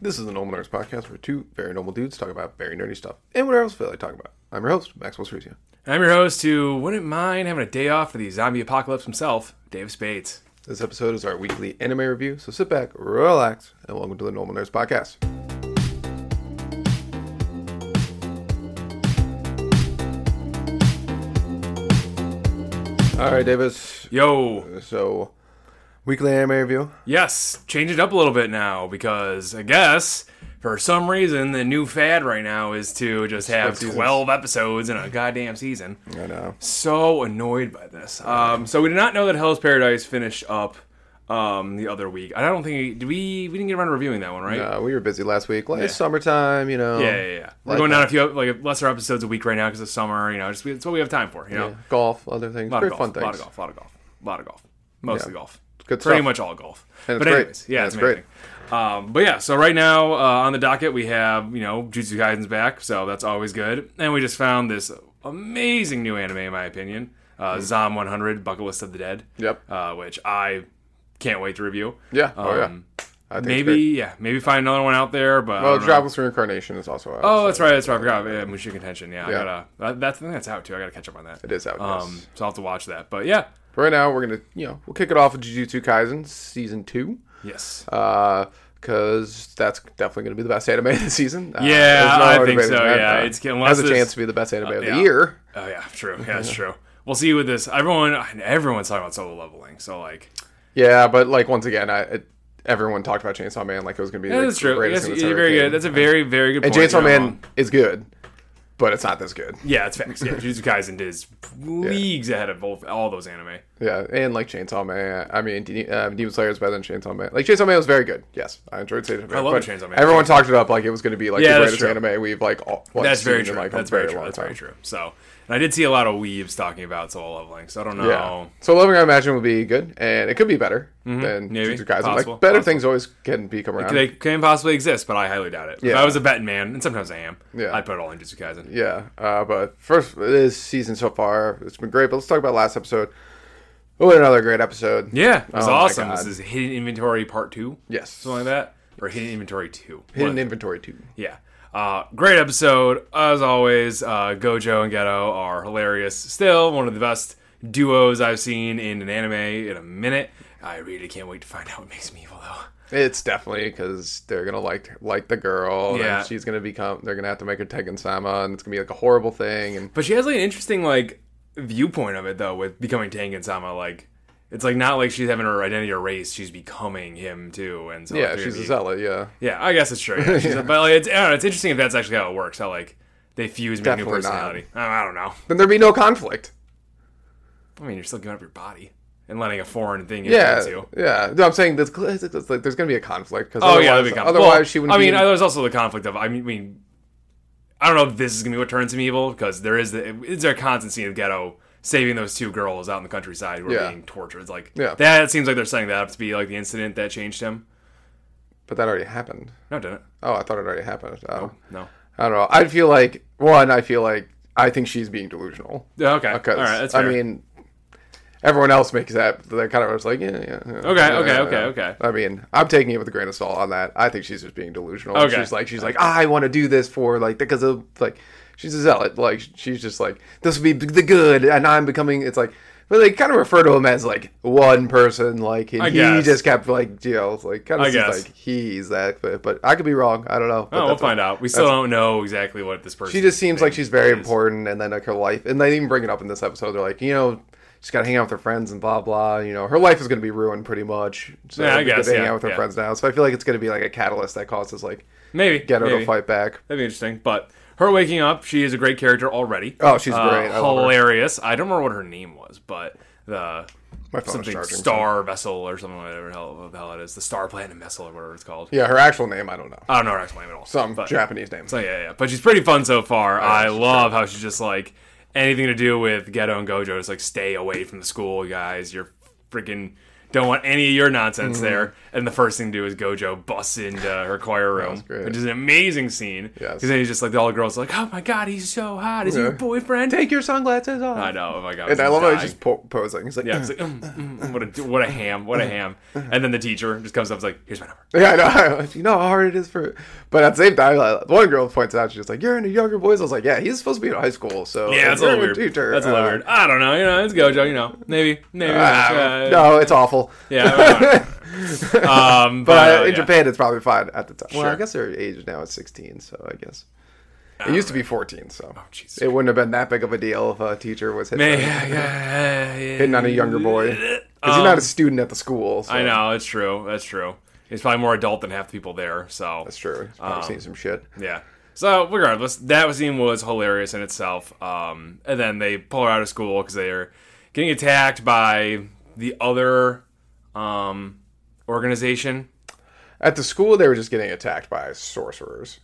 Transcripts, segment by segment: This is the Noble Nerds podcast where two very noble dudes talk about very nerdy stuff and whatever else they like talking about. I'm your host, Maxwell Cerusio. I'm your host who wouldn't mind having a day off for the zombie apocalypse himself, Dave Spades. This episode is our weekly anime review, so sit back, relax, and welcome to the Noble Nerds podcast. All right, Davis. Yo, So, weekly anime review. yes, change it up a little bit now because I guess for some reason the new fad right now is to just have seasons. 12 episodes in a goddamn season. And uh, So annoyed by this. Um, so we did not know that Hell's Paradise finished up um, the other week. I don't think did we we didn't get around to reviewing that one, right? uh, we were busy last week. Like, It's summertime, you know. Yeah, yeah, yeah. We're Like going that. down a few like lesser episodes a week right now because it's summer. You know, just it's what we have time for. You know, Yeah, Golf, other things. A lot Very of fun golf. things. A lot of golf. A lot of golf. A lot of golf. Mostly golf. Good Pretty stuff. much all golf. And it's but great. anyways, yeah, And it's it's great. amazing. Um, but yeah, so right now uh, on the docket we have you know Jujutsu Kaisen's back, so that's always good. And we just found this amazing new anime, in my opinion, uh, Zom 100: Bucket List of the Dead. Mm-hmm. Yep. Uh, which I can't wait to review. Yeah. Oh, yeah. Um, I think it's Oh, Maybe yeah, maybe find another one out there. But I Well, don't know. Jobless Reincarnation is also out. Oh, that's right. That's right. I forgot. Yeah, Mushu Contention. Yeah, I Yeah. gotta. That, that's the thing that's out too. I gotta catch up on that. It is out, yes. Um, so I'll have to watch that. But yeah, But right now, we're gonna you know we'll kick it off with Jujutsu Kaisen season two, yes. because that's definitely gonna be the best anime of the season. Uh, Yeah, there's no I think debating so, that. yeah. Uh, It's- unless has a this- chance to be the best anime of the yeah. year. Oh yeah, true. Yeah, that's true. We'll see with this. Everyone, everyone's talking about solo leveling. So like, Yeah, but like once again, I it, everyone talked about Chainsaw Man like it was gonna be yeah, the that's true. greatest That's, thing that's you're ever very came. good. That's a very very good. and point. Chainsaw you know. Man is good, but it's not this good. Yeah, it's facts. Yeah, Jujutsu Kaisen is leagues ahead of both all those anime. Yeah, and like Chainsaw Man, I mean, De- um, Demon Slayer is better than Chainsaw Man. Like Chainsaw Man was very good. Yes, I enjoyed Chainsaw Man. I love but Chainsaw Man. Everyone talked it up like it was going to be like Yeah, the that's greatest true. anime we've like. All, like, That's very seen in, true. like, a that's very very true. long That's time. very true. So, and I did see a lot of weaves talking about solo leveling. So I don't know. Yeah. So loving I imagine would be good, and it could be better than Mm-hmm. Maybe. Jujutsu Kaisen. Possible. Like better Possible. things always can be come around. They can possibly exist, but I highly doubt it. If Yeah. I was a betting man, and sometimes I am, Yeah. I'd put it all in Jujutsu Kaisen. yeah, uh, but first this season so far, it's been great. But let's talk about last episode. Oh, another great episode. Yeah, it was Oh my awesome. God. This is Hidden Inventory Part 2. Yes. Something like that. Or Hidden Inventory 2. Hidden One- inventory too. yeah. Uh, great episode. As always, uh, Gojo and Ghetto are hilarious. Still one of the best duos I've seen in an anime in a minute. I really can't wait to find out what makes me evil, though. It's definitely because they're gonna like like the girl. Yeah. and she's gonna become. They're gonna have to make her Tekken Sama, and it's gonna be like a horrible thing. And But she has like an interesting like viewpoint of it though, with becoming Tengen Sama. Like it's like not like she's having her identity erased; she's becoming him too. And so like, yeah, they're she's gonna a zealot. be- Yeah, yeah. I guess it's true. Yeah, she's a- but like, it's I don't know, it's interesting if that's actually how it works. How like they fuse with a new Definitely not. personality. I, I don't know. then there'd be no conflict. I mean, you're still giving up your body and letting a foreign thing Yeah, influence you. yeah. No, I'm saying this. It's like, there's gonna be a conflict because Oh otherwise, yeah, that'd be conflict. otherwise Well, she wouldn't. I be mean, in- there's also the conflict of I mean, I mean, I don't know if this is gonna be what turns him evil because there is the is there a constancy of ghetto saving those two girls out in the countryside who are Yeah. being tortured. It's Like Yeah. that seems like they're setting that up to be like the incident that changed him. but that already happened. No, it didn't Oh, I thought it already happened. Oh, no. I don't know. I feel like one. I feel like I think she's being delusional. Yeah, Okay, all 'Cause, right, that's I fair. mean, everyone else makes that. They're kind of just like, yeah, yeah. yeah, Okay, yeah, okay, yeah, okay, yeah. okay. I mean, I'm taking it with a grain of salt on that. I think she's just being delusional. Okay. She's like, she's like, I want to do this for like because of like she's a zealot. Like she's just like this will be the good, and I'm becoming. It's like. But they kind of refer to him as like one person, like and I he guess. just kept like you know, like kind I of seems guess. like he's that. But, but I could be wrong. I don't know. But Oh, we'll that's what- find out. We still don't know exactly what this person. she just seems like she's very is. important, and then like her life, and they even bring it up in this episode. They're like, you know, she's got to hang out with her friends and blah blah. You know, her life is going to be ruined pretty much. So Yeah, I because guess, they hang yeah, out with her yeah. friends now. So I feel like it's going to be like a catalyst that causes like maybe get her maybe. to fight back. That'd be interesting. But her waking up, she is a great character already. Oh, she's Uh, great. I love her. hilarious. I don't remember what her name was, but the My phone is something charging. star vessel or something, whatever the hell, what the hell it is, the star platinum vessel or whatever it's called. Yeah, her actual name I don't know. I don't know her actual name at all. Some but, Japanese name. so yeah, yeah. But she's pretty fun so far. I love how she's just like anything to do with Ghetto and Gojo is like stay away from the school, guys. You're freaking Don't want any of your nonsense Mm-hmm. there. And the first thing to do is Gojo busts into her choir room, great. which is an amazing scene. Because Yes. then he's just like, all the girls are like, oh my god, he's so hot. Is he your Yeah. boyfriend? Take your sunglasses off. I know. Oh my god. And I I was love how he's dying. just po- posing. He's like, Yeah, yeah, it's like, mm, mm, mm, what a what a ham, what a ham. And then the teacher just comes up, and is like, here's my number. I know. you know how hard it is for. But at the same time, like, one girl points out, she's like, you're into younger boys. I was like, yeah, he's supposed to be in high school, so Yeah, that's a you're little weird. Tutor. That's a little uh, weird. I don't know. You know, it's Gojo. You know, maybe, maybe. ah, uh, no, it's awful. Yeah. I don't know. um, but But uh, in yeah. Japan, it's probably fine at the time. Well, I Sure. Oh, guess their age now is 16, so I guess. It used to be 14, so Jesus. it wouldn't have been that big of a deal if a teacher was hit Man, by- yeah, yeah, yeah. hitting on a younger boy. Because you're not a student at the school. So Um, I know. It's true. That's true. He's probably more adult than half the people there. So That's true. He's probably Um, seen some shit. Yeah. So regardless, that scene was hilarious in itself. Um, and then they pull her out of school because they are getting attacked by the other um, organization. At the school, they were just getting attacked by sorcerers.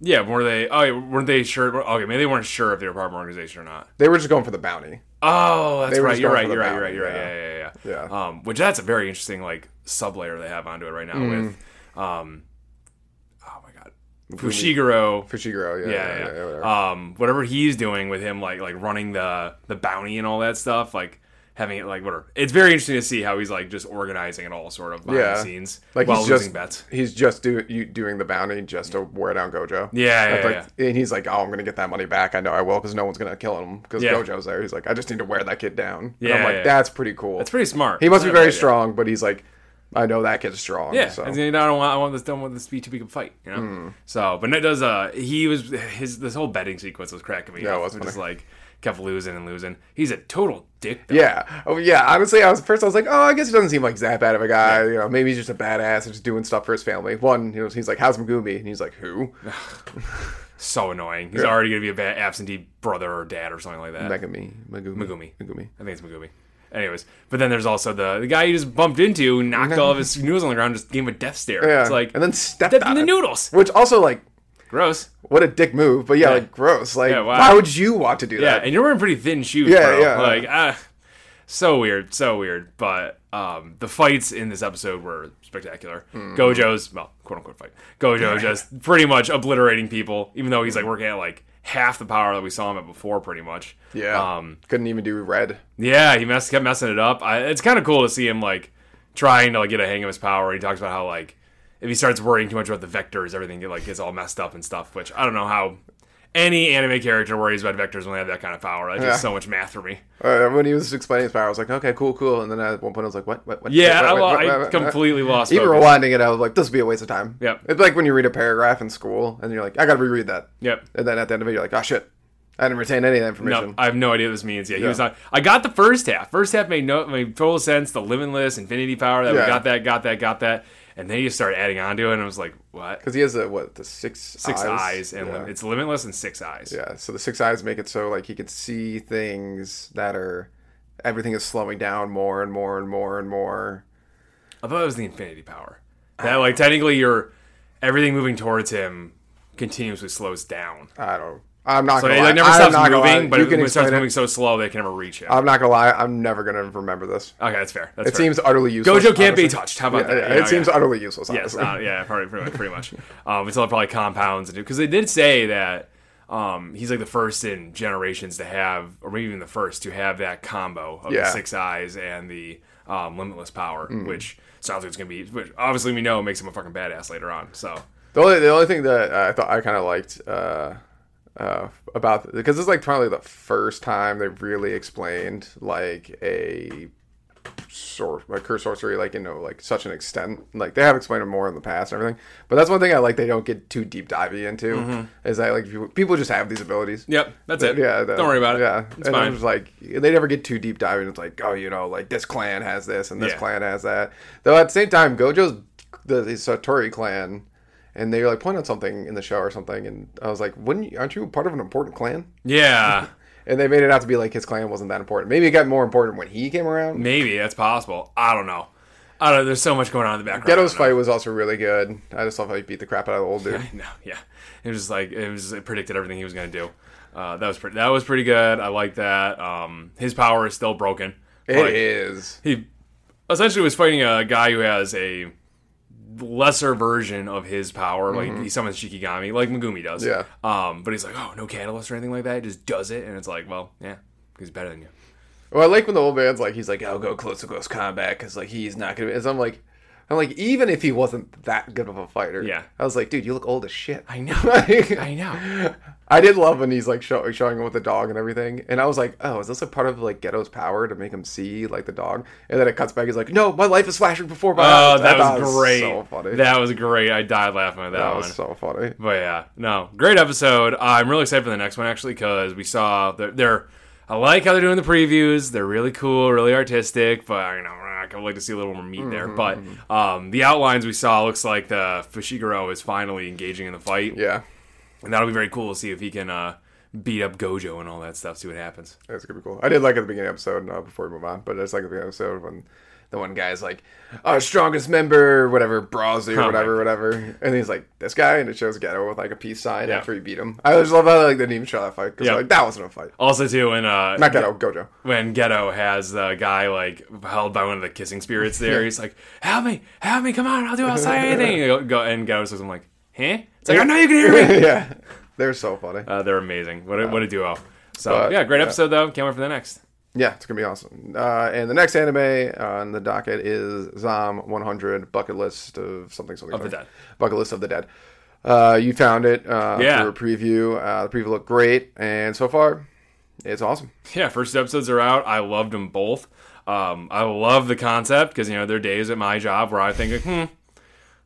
Yeah, were they? Oh, yeah, weren't they sure? Okay, maybe they weren't sure if they were part of an organization or not. They were just going for the bounty. Oh, that's They were right. just You're going right. for the You're right. You're bounty, right. You're right. Yeah, yeah, yeah. yeah. yeah. Um, which that's a very interesting like sublayer they have onto it right now Mm. with, um, oh my god, Fushiguro. Fushiguro, yeah, yeah, yeah, yeah, yeah. whatever. um, whatever he's doing with him, like like running the the bounty and all that stuff, like having it like whatever. It's very interesting to see how he's like just organizing it all sort of behind Yeah. the scenes, Like while he's just losing bets. he's just do, you, doing the bounty just to wear down Gojo. Yeah, yeah, That's like, And he's like, "Oh, I'm gonna get that money back. I know I will, because no one's gonna kill him because Yeah. Gojo's there." He's like, "I just need to wear that kid down." And Yeah, I'm like, yeah. "That's pretty cool." It's pretty smart. he must be Yeah, very yeah. strong, but he's like, "I know that kid's strong." Yeah, so. Hmm. and you know, I don't want I want this don't want this to be too big of a fight, you know. So, but it does. Uh, he was his this whole betting sequence was cracking me. Yeah, it up. was We're just like kept losing and losing. He's a total dick. Though. Yeah. Oh, yeah. Honestly, I was first. I was like, oh, I guess he doesn't seem like that bad of a guy. You know, maybe he's just a badass and just doing stuff for his family. One, he was, he's like, how's Magumi? And he's like, who? So annoying. He's already gonna be a bad absentee brother or dad or something like that. Megumi. Magumi. Megumi. Magumi. I think it's Magooby. Anyways, but then there's also the the guy you just bumped into, knocked all of his noodles on the ground, just gave him a death stare. Yeah. It's like and then stepped stepped in on the it. noodles. Which also like, Gross. what a dick move. But yeah, like gross. Like, Yeah, wow. why would you want to do Yeah, that? and you're wearing pretty thin shoes, Yeah, bro. yeah. Like, ah, so weird, so weird. But um, the fights in this episode were spectacular. Hmm. Gojo's, well, quote unquote fight. Gojo just pretty much obliterating people, even though he's like working at like half the power that we saw him at before, pretty much. Yeah. Um, Couldn't even do red. yeah, he mess, kept messing it up. I, it's kind of cool to see him like trying to like get a hang of his power. He talks about how like if he starts worrying too much about the vectors, everything get, like gets all messed up and stuff. Which I don't know how any anime character worries about vectors when they have that kind of power. That's just so much math for me. Uh, when he was explaining his power, I was like, okay, cool, cool. And then at one point, I was like, what? What? what Yeah, what, I, what, lo- what, I what, what, what? completely lost. Even focus. rewinding it, I was like, this would be a waste of time. Yep. It's like when you read a paragraph in school and you're like, I got to reread that. Yep. And then at the end of it, you're like, oh shit, I didn't retain any of that information. No, I have no idea what this means. Yeah, he was not. I got the first half. First half made no made total sense. The limitless infinity power that Yeah. we got that, got that, got that, and then you start adding on to it, and I was like, what? Because he has the what the six Six eyes, and yeah. lim- it's limitless and six eyes. yeah. So the six eyes make it so like he can see things that are everything is slowing down more and more and more and more. I thought it was the infinity power. That like technically you're everything moving towards him continuously slows down. I don't. I'm not. But gonna it lie. like never I'm stops not gonna lie. moving, but you it, can it starts explain moving it. so slow they can never reach him. I'm not gonna lie. I'm never gonna remember this. okay, that's fair. That's It fair. seems utterly useless. Gojo can't honestly. be touched. How about Yeah, that? yeah, You it know, seems utterly useless. Yes, Honestly. uh, yeah, probably pretty much, pretty much. Um, until it probably compounds and because they did say that um, he's like the first in generations to have, or maybe even the first to have that combo of Yeah. Hmm. the six eyes and the um, limitless power, which sounds like it's gonna be. Which obviously we know makes him a fucking badass later on. So The only the only thing that I thought I kind of liked uh, uh, about because it's like probably the first time they really explained like a sor- like curse sorcery like you know like such an extent like they have explained it more in the past and everything but that's one thing I like they don't get too deep diving into Mm-hmm. is that like people, people just have these abilities yep, that's it. yeah the- don't worry about it. yeah it's and fine. it was like they never get too deep diving it's like oh you know like this clan has this and this Yeah. clan has that though at the same time gojo's the, the satori clan and they like point out something in the show or something and i was like wouldn't you, aren't you part of an important clan yeah, and they made it out to be like his clan wasn't that important maybe it got more important when he came around maybe that's possible. I don't know. I don't know. There's so much going on in the background. I ghetto's don't know. fight was also really good i just love how he beat the crap out of the old dude No, yeah, it was just like it was it predicted everything he was gonna do. Uh, that was pretty. That was pretty good. I like that. Um, his power is still broken. It is. Like, he essentially was fighting a guy who has a lesser version of his power. Like he summons Shikigami, like Megumi does. Mm-hmm. Yeah. Um, but he's like, oh, no catalyst or anything like that. He just does it, and it's like, well, yeah, he's better than you. Well, I like when the old man's like, he's like, I'll go close to close combat because like he's not gonna. And so I'm like, I'm like, even if he wasn't that good of a fighter, Yeah. I was like, dude, you look old as shit. I know. I, I know. did love when he's like show, showing him with the dog and everything, and I was like, oh, is this a part of like Ghetto's power to make him see like the dog? And then it cuts back. He's like, no, my life is flashing before my Oh, eyes. I that thought was it great. So funny. That was great. I died laughing at that, that one. was so funny. But yeah, no, great episode. I'm really excited for the next one actually because we saw they're, they're. I like how they're doing the previews. They're really cool, really artistic. But you know, I would like to see a little more meat there. Mm-hmm, But um, the outlines we saw looks like the Fushiguro is finally engaging in the fight, Yeah, and that'll be very cool to see if he can uh, beat up Gojo and all that stuff. See what happens. That's gonna be cool. I did like at the beginning of the episode uh, before we move on, but I just like at the beginning of the episode when the one guy's like, "Our strongest member, whatever, Brawlsy or my whatever, whatever," and he's like, "This guy," and it shows Ghetto with like a peace sign Yeah. after he beat him. I just love how like they didn't even show that fight because Yeah. like that wasn't a fight. Also, too, when uh, Not Ghetto, Gojo. when Ghetto has the guy like held by one of the kissing spirits there. He's like, "Help me, help me, come on, I'll do, I'll say anything." And, go- go, and Ghetto says, "I'm like, huh?" It's like, "I know you can hear me." yeah, they're so funny. Uh, they're amazing. What a, what a duo. So But, yeah, great yeah. episode though. Can't wait for the next. Yeah, it's gonna be awesome. Uh, and the next anime on the docket is Zom 100 Bucket List of something something of the Dead. Bucket List of the Dead. Uh, you found it uh, Yeah. through a preview. Uh, the preview looked great, and so far, it's awesome. Yeah, first two episodes are out. I loved them both. Um, I love the concept because you know there are days at my job where I think, like, hmm,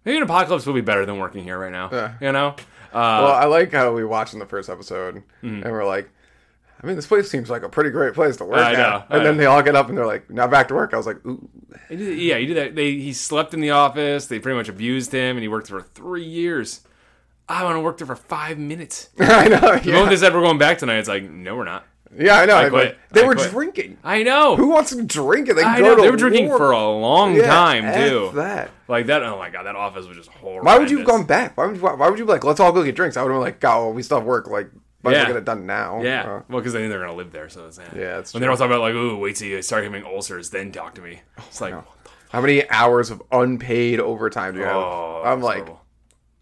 maybe an apocalypse will be better than working here right now. You know. Uh, hmm. Well, I like how we watched in the first episode, and we're like, I mean, this place seems like a pretty great place to work I know, at. I and then know. they all get up and they're like, now back to work. I was like, ooh, He did- Yeah, he did that. They he slept in the office. They pretty much abused him, and he worked there for three years. I want to work there for five minutes. The I know, moment yeah, they said we're going back tonight, it's like no, we're not. yeah I know. Like, quit. They I were quit. drinking. I know. Who wants to drink and then I go know. to They were drinking war? for a long Yeah, time F too. That. Like that. Oh my god, that office was just horrible. Why would you have gone back? Why would you, why, why would you be like, let's all go get drinks? I would have been like, God, well, we still have work. Like, might as Yeah. well get it done now. Yeah. Uh, well, because they knew they're gonna live there, so it's, yeah. Yeah, it's When they're all talking about like, ooh, wait till you start having ulcers, then talk to me. Oh, It's like, how many hours of unpaid overtime do you have? oh, I'm it's like, horrible.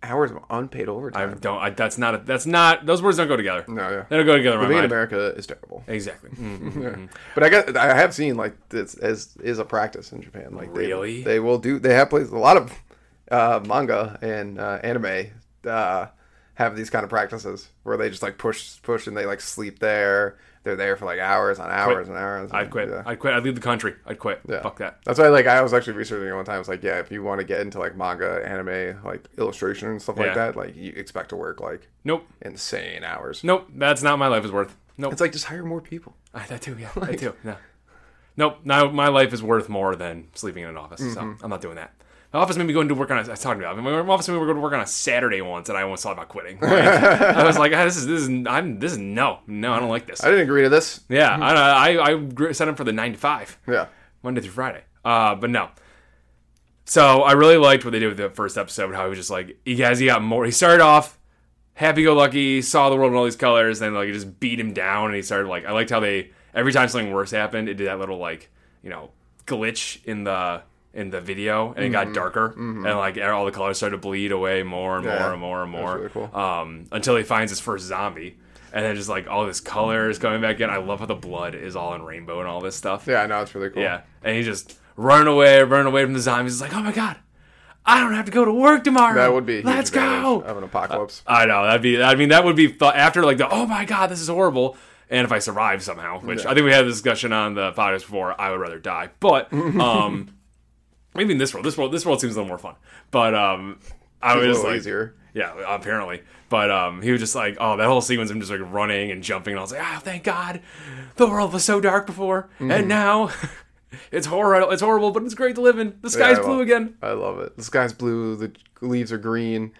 hours of unpaid overtime. I don't. I, that's not. A, that's not. Those words don't go together. no, yeah. They don't go together. in my Being in mind. America is terrible. Exactly. Mm. But I got I have seen like this as is a practice in Japan. Like they, Really? they will do they have places a lot of uh, manga and uh, anime uh, have these kind of practices where they just like push push and they like sleep there. They're there for like hours on hours and hours. I'd quit. Yeah. I'd quit. I'd leave the country. I'd quit. Yeah. Fuck that. That's why, like, I was actually researching it one time. It's like, yeah, if you want to get into like manga, anime, like illustration and stuff Yeah. like that, like you expect to work like Nope. insane hours. Nope. That's not my life is worth. Nope. It's like just hire more people. I, that too. Yeah. that too. No. Nope. Now my life is worth more than sleeping in an office. Mm-hmm. So I'm not doing that. The office made me going to work on. A, I was talking about. it. My office made me go to work on a Saturday once, and I almost thought about quitting. I was like, ah, "This is this is I'm this is no no I don't like this." I didn't agree to this. Yeah, I I, I gr- set him for the nine to five. Yeah. Monday through Friday. Uh, but no. So I really liked what they did with the first episode. How he was just like, he guys, he got more. He started off happy-go-lucky, saw the world in all these colors, then like it just beat him down, and he started like. I liked how they every time something worse happened, it did that little like you know glitch in the in the video, and it Mm-hmm. got darker, and like all the colors started to bleed away more and more Yeah. and more and more. really cool. Um, until he finds his first zombie. And then just like all this color is coming back in. I love how the blood is all in rainbow and all this stuff. Yeah, I know it's really cool. Yeah, and he just running away, running away from the zombies. He's like, "Oh my god, I don't have to go to work tomorrow. That would be a huge Let's go." advantage of an apocalypse. I know that'd be. I mean, that would be th- after like the, "Oh my god, this is horrible." And if I survive somehow, which I think we had this discussion on the podcast before, I would rather die. But um, maybe in this world, this world, this world seems a little more fun. But um, I It's a was little like, easier. yeah, apparently. But um, he was just like, oh, that whole sequence, of him just like running and jumping, and I was like, oh, thank God, the world was so dark before, Mm-hmm. and now it's horrible. It's horrible, but it's great to live in. The sky's I blue love- again. I love it. The sky's blue, the leaves are green.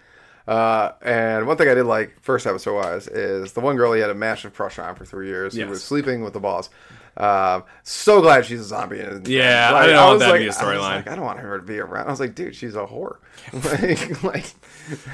Uh, and one thing I did like first episode wise is the one girl he had a massive crush on for three years. He Yes. was sleeping with the boss. Um, so glad she's a zombie. in it. Yeah, I didn't want that to be a I was storyline. like, I don't want her to be around. I was like, dude, she's a whore. like, like,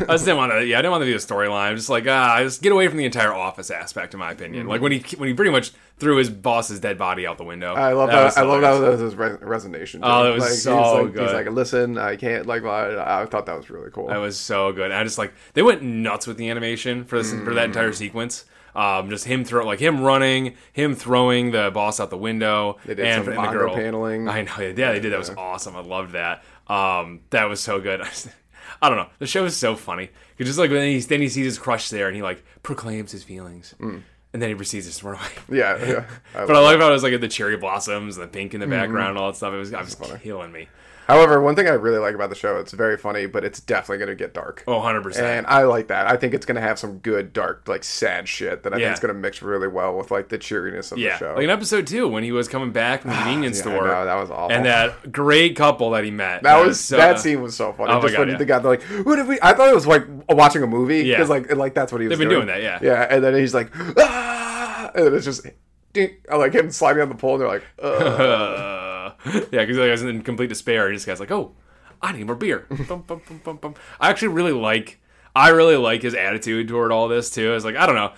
I just didn't want to. Yeah, I didn't want to be a storyline. I'm just like ah, just get away from the entire office aspect, in my opinion. Mm-hmm. Like when he when he pretty much threw his boss's dead body out the window. I love was that. I love hilarious. that was his res- resignation. Oh, dude. that was like, so he's like, good. He's like, listen, I can't. Like, I, I thought that was really cool. That was so good. And I just like they went nuts with the animation for this for that entire sequence. Um, just him throw like him running, him throwing the boss out the window, They did some manga paneling. I know, yeah, they did. That was awesome. I loved that. Um, that was so good. I don't know. The show is so funny. 'Cause just like when he then he sees his crush there and he like proclaims his feelings, and then he proceeds to run away. yeah, yeah. I- But I like how it was like the cherry blossoms and the pink in the background and all that stuff. It was, I was killing me. However, one thing I really like about the show, it's very funny, but it's definitely going to get dark. Oh, 100%. And I like that. I think it's going to have some good, dark, like sad shit that I Yeah. think it's going to mix really well with like the cheeriness of the Yeah, show. like in episode two when he was coming back from the convenience Yeah, I store. know, that was awful. And that great couple that he met. That was so- that scene was so funny. Oh my Just God, when yeah. the guy they're like, "Who did we?" I thought it was like watching a movie Yeah. because like it- like that's what he was. been doing. doing that, yeah. Yeah, and then he's like, ah, and then it's just, ding, I like him sliding on the pole, and they're like, Ugh. Uh, yeah, because I was in complete despair. And this guy's like, "Oh, I need more beer." Bum, bum, bum, bum, bum. I actually really like. I really like his attitude toward all this too. It's like I don't know.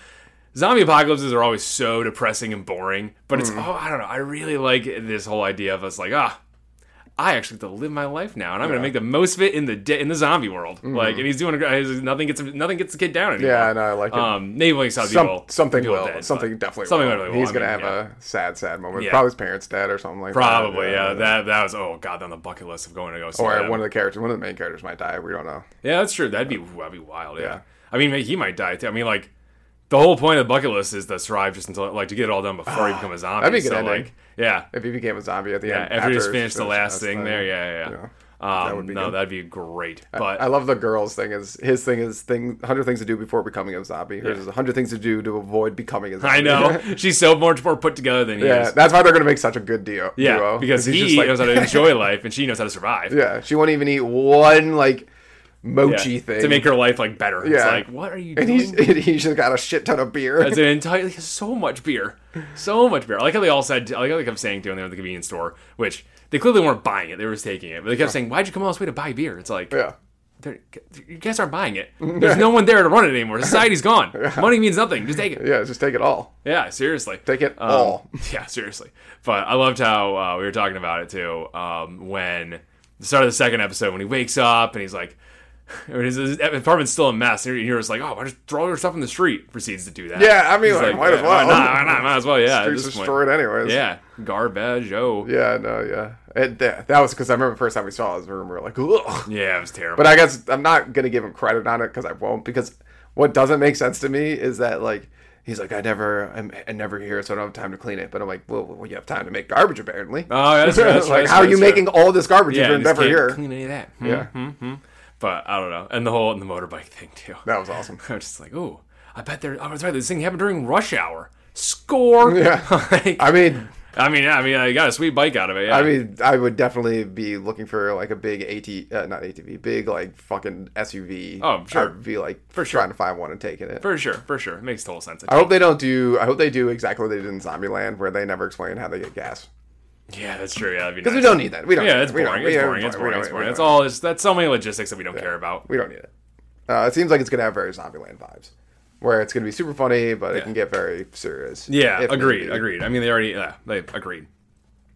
Zombie apocalypses are always so depressing and boring, but it's Mm. oh I don't know. I really like this whole idea of us like ah. I actually get to live my life now, and I'm going to make the most of it in the de- in the zombie world. Like, and he's doing a, gr- he's- nothing gets him- nothing gets the kid down anymore. Mm-hmm. yeah, no, I like it. Um, maybe some Some- people something people will, dead, but- something definitely. something will. really will. He's I gonna mean, have yeah. a sad, sad moment. Yeah. Probably his parents dead or something like that. Probably, yeah. That that was oh god, on the bucket list of going to go see Or that. one of the characters, one of the main characters might die. We don't know. yeah, that's true. That'd be that'd be wild. Yeah. Yeah. I mean, he might die too. I mean, like the whole point of the bucket list is to survive just until like to get it all done before you become a zombie. Ah, That'd be a good so, ending. like, yeah, If he became a zombie at the yeah. end, After you just it's finish the last thing there, yeah, yeah. yeah. Um, would be no, good. that'd be great. But I love the girls thing. Is his thing is thing hundred things to do before becoming a zombie. Hers is hundred things to do to avoid becoming a zombie. I know she's so much more put together than he yeah, is. that's why they're gonna make such a good deal. Yeah, duo, because he knows how to enjoy life and she knows how to survive. yeah, she won't even eat one like mochi Yeah, thing to make her life like better. It's Yeah. like, what are you And doing? he's and he's just got a shit ton of beer. It's an entire so much beer, so much beer. I like how they all said. I like how they kept saying to when they were at the convenience store, which they clearly weren't buying it; they were just taking it. But they kept saying, "Why'd you come all this way to buy beer?" It's like, yeah. they're- you guys aren't buying it. There's no one there to run it anymore. Society's gone. Money means nothing. Just take it. Yeah, just take it all. Yeah, seriously. Take it all. Um, Yeah, seriously. But I loved how uh, we were talking about it too. Um, when the start of the second episode, when he wakes up and he's like, or his, his apartment's still a mess, and you're just like, oh, why just throw your stuff in the street? Proceeds to do that. Yeah, I mean, He's like, might as yeah, well. Why not? Why not? Might as well. Yeah. at Streets this point. destroyed anyways. Yeah. Garbage. Oh. Yeah. Yeah, no, yeah. It, that, that was because I remember the first time we saw his room, we were like, ugh. it was terrible. But I guess I'm not gonna give him credit on it because I won't. Because what doesn't make sense to me is that like he's like, I never, I'm, I never here, so I don't have time to clean it. But I'm like, well, well you have time to make garbage apparently. oh, yeah, that's right. That's right, like, that's how right, are you that's right. making all this garbage if Yeah, you're and just never can't here? clean any of that. Hmm, Yeah. hmm, hmm. But I don't know. And the whole and the motorbike thing too. That was awesome. I was just like, oh, I bet there. I was right. This thing happened during rush hour. Score. Yeah. Like, I mean, I mean, yeah, I mean, I got a sweet bike out of it. Yeah. I mean, I would definitely be looking for like a big AT, uh, not ATV, big like fucking SUV. Oh, sure. I'd be like For sure. trying to find one and taking it. for sure, for sure, it makes total sense. I hope they don't do. I hope they do exactly what they did in Zombieland, where they never explain how they get gas. yeah, that's true. Yeah, that'd be Because we nice. don't need that. We don't. yeah, need it's it. We don't- boring. we It's don't- boring. It's we boring. don't- It's we boring. don't- That's all. It's, that's so many logistics that we don't care about. We don't need it. Uh, it seems like it's gonna have very Zombieland vibes, where it's gonna be super funny, but it can get very serious. Yeah, if need agreed, be. agreed. I mean, they already yeah, they agreed.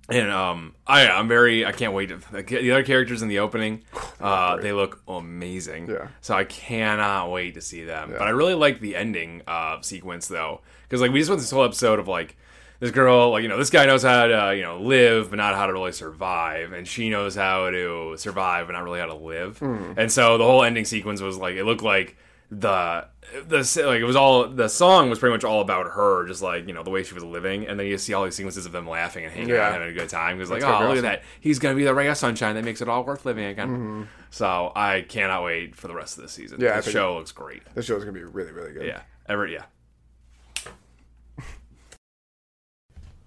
And um, I I'm very I can't wait to the other characters in the opening. Uh, they look amazing. Yeah. So I cannot wait to see them. But I really like the ending uh, sequence though, because like we just went this whole episode of like this girl, like you know, this guy knows how to uh, you know live, but not how to really survive, and she knows how to survive, but not really how to live. Hmm. And so the whole ending sequence was like it looked like the the like it was all the song was pretty much all about her, just like you know the way she was living, and then you see all these sequences of them laughing and hanging out, Yeah. and having a good time because like so oh look gross. at that, he's gonna be the ray of sunshine that makes it all worth living again. So I cannot wait for the rest of the season. Mm-hmm. Yeah, I the think- show looks great. This show's gonna be really, really good. Yeah, ever yeah.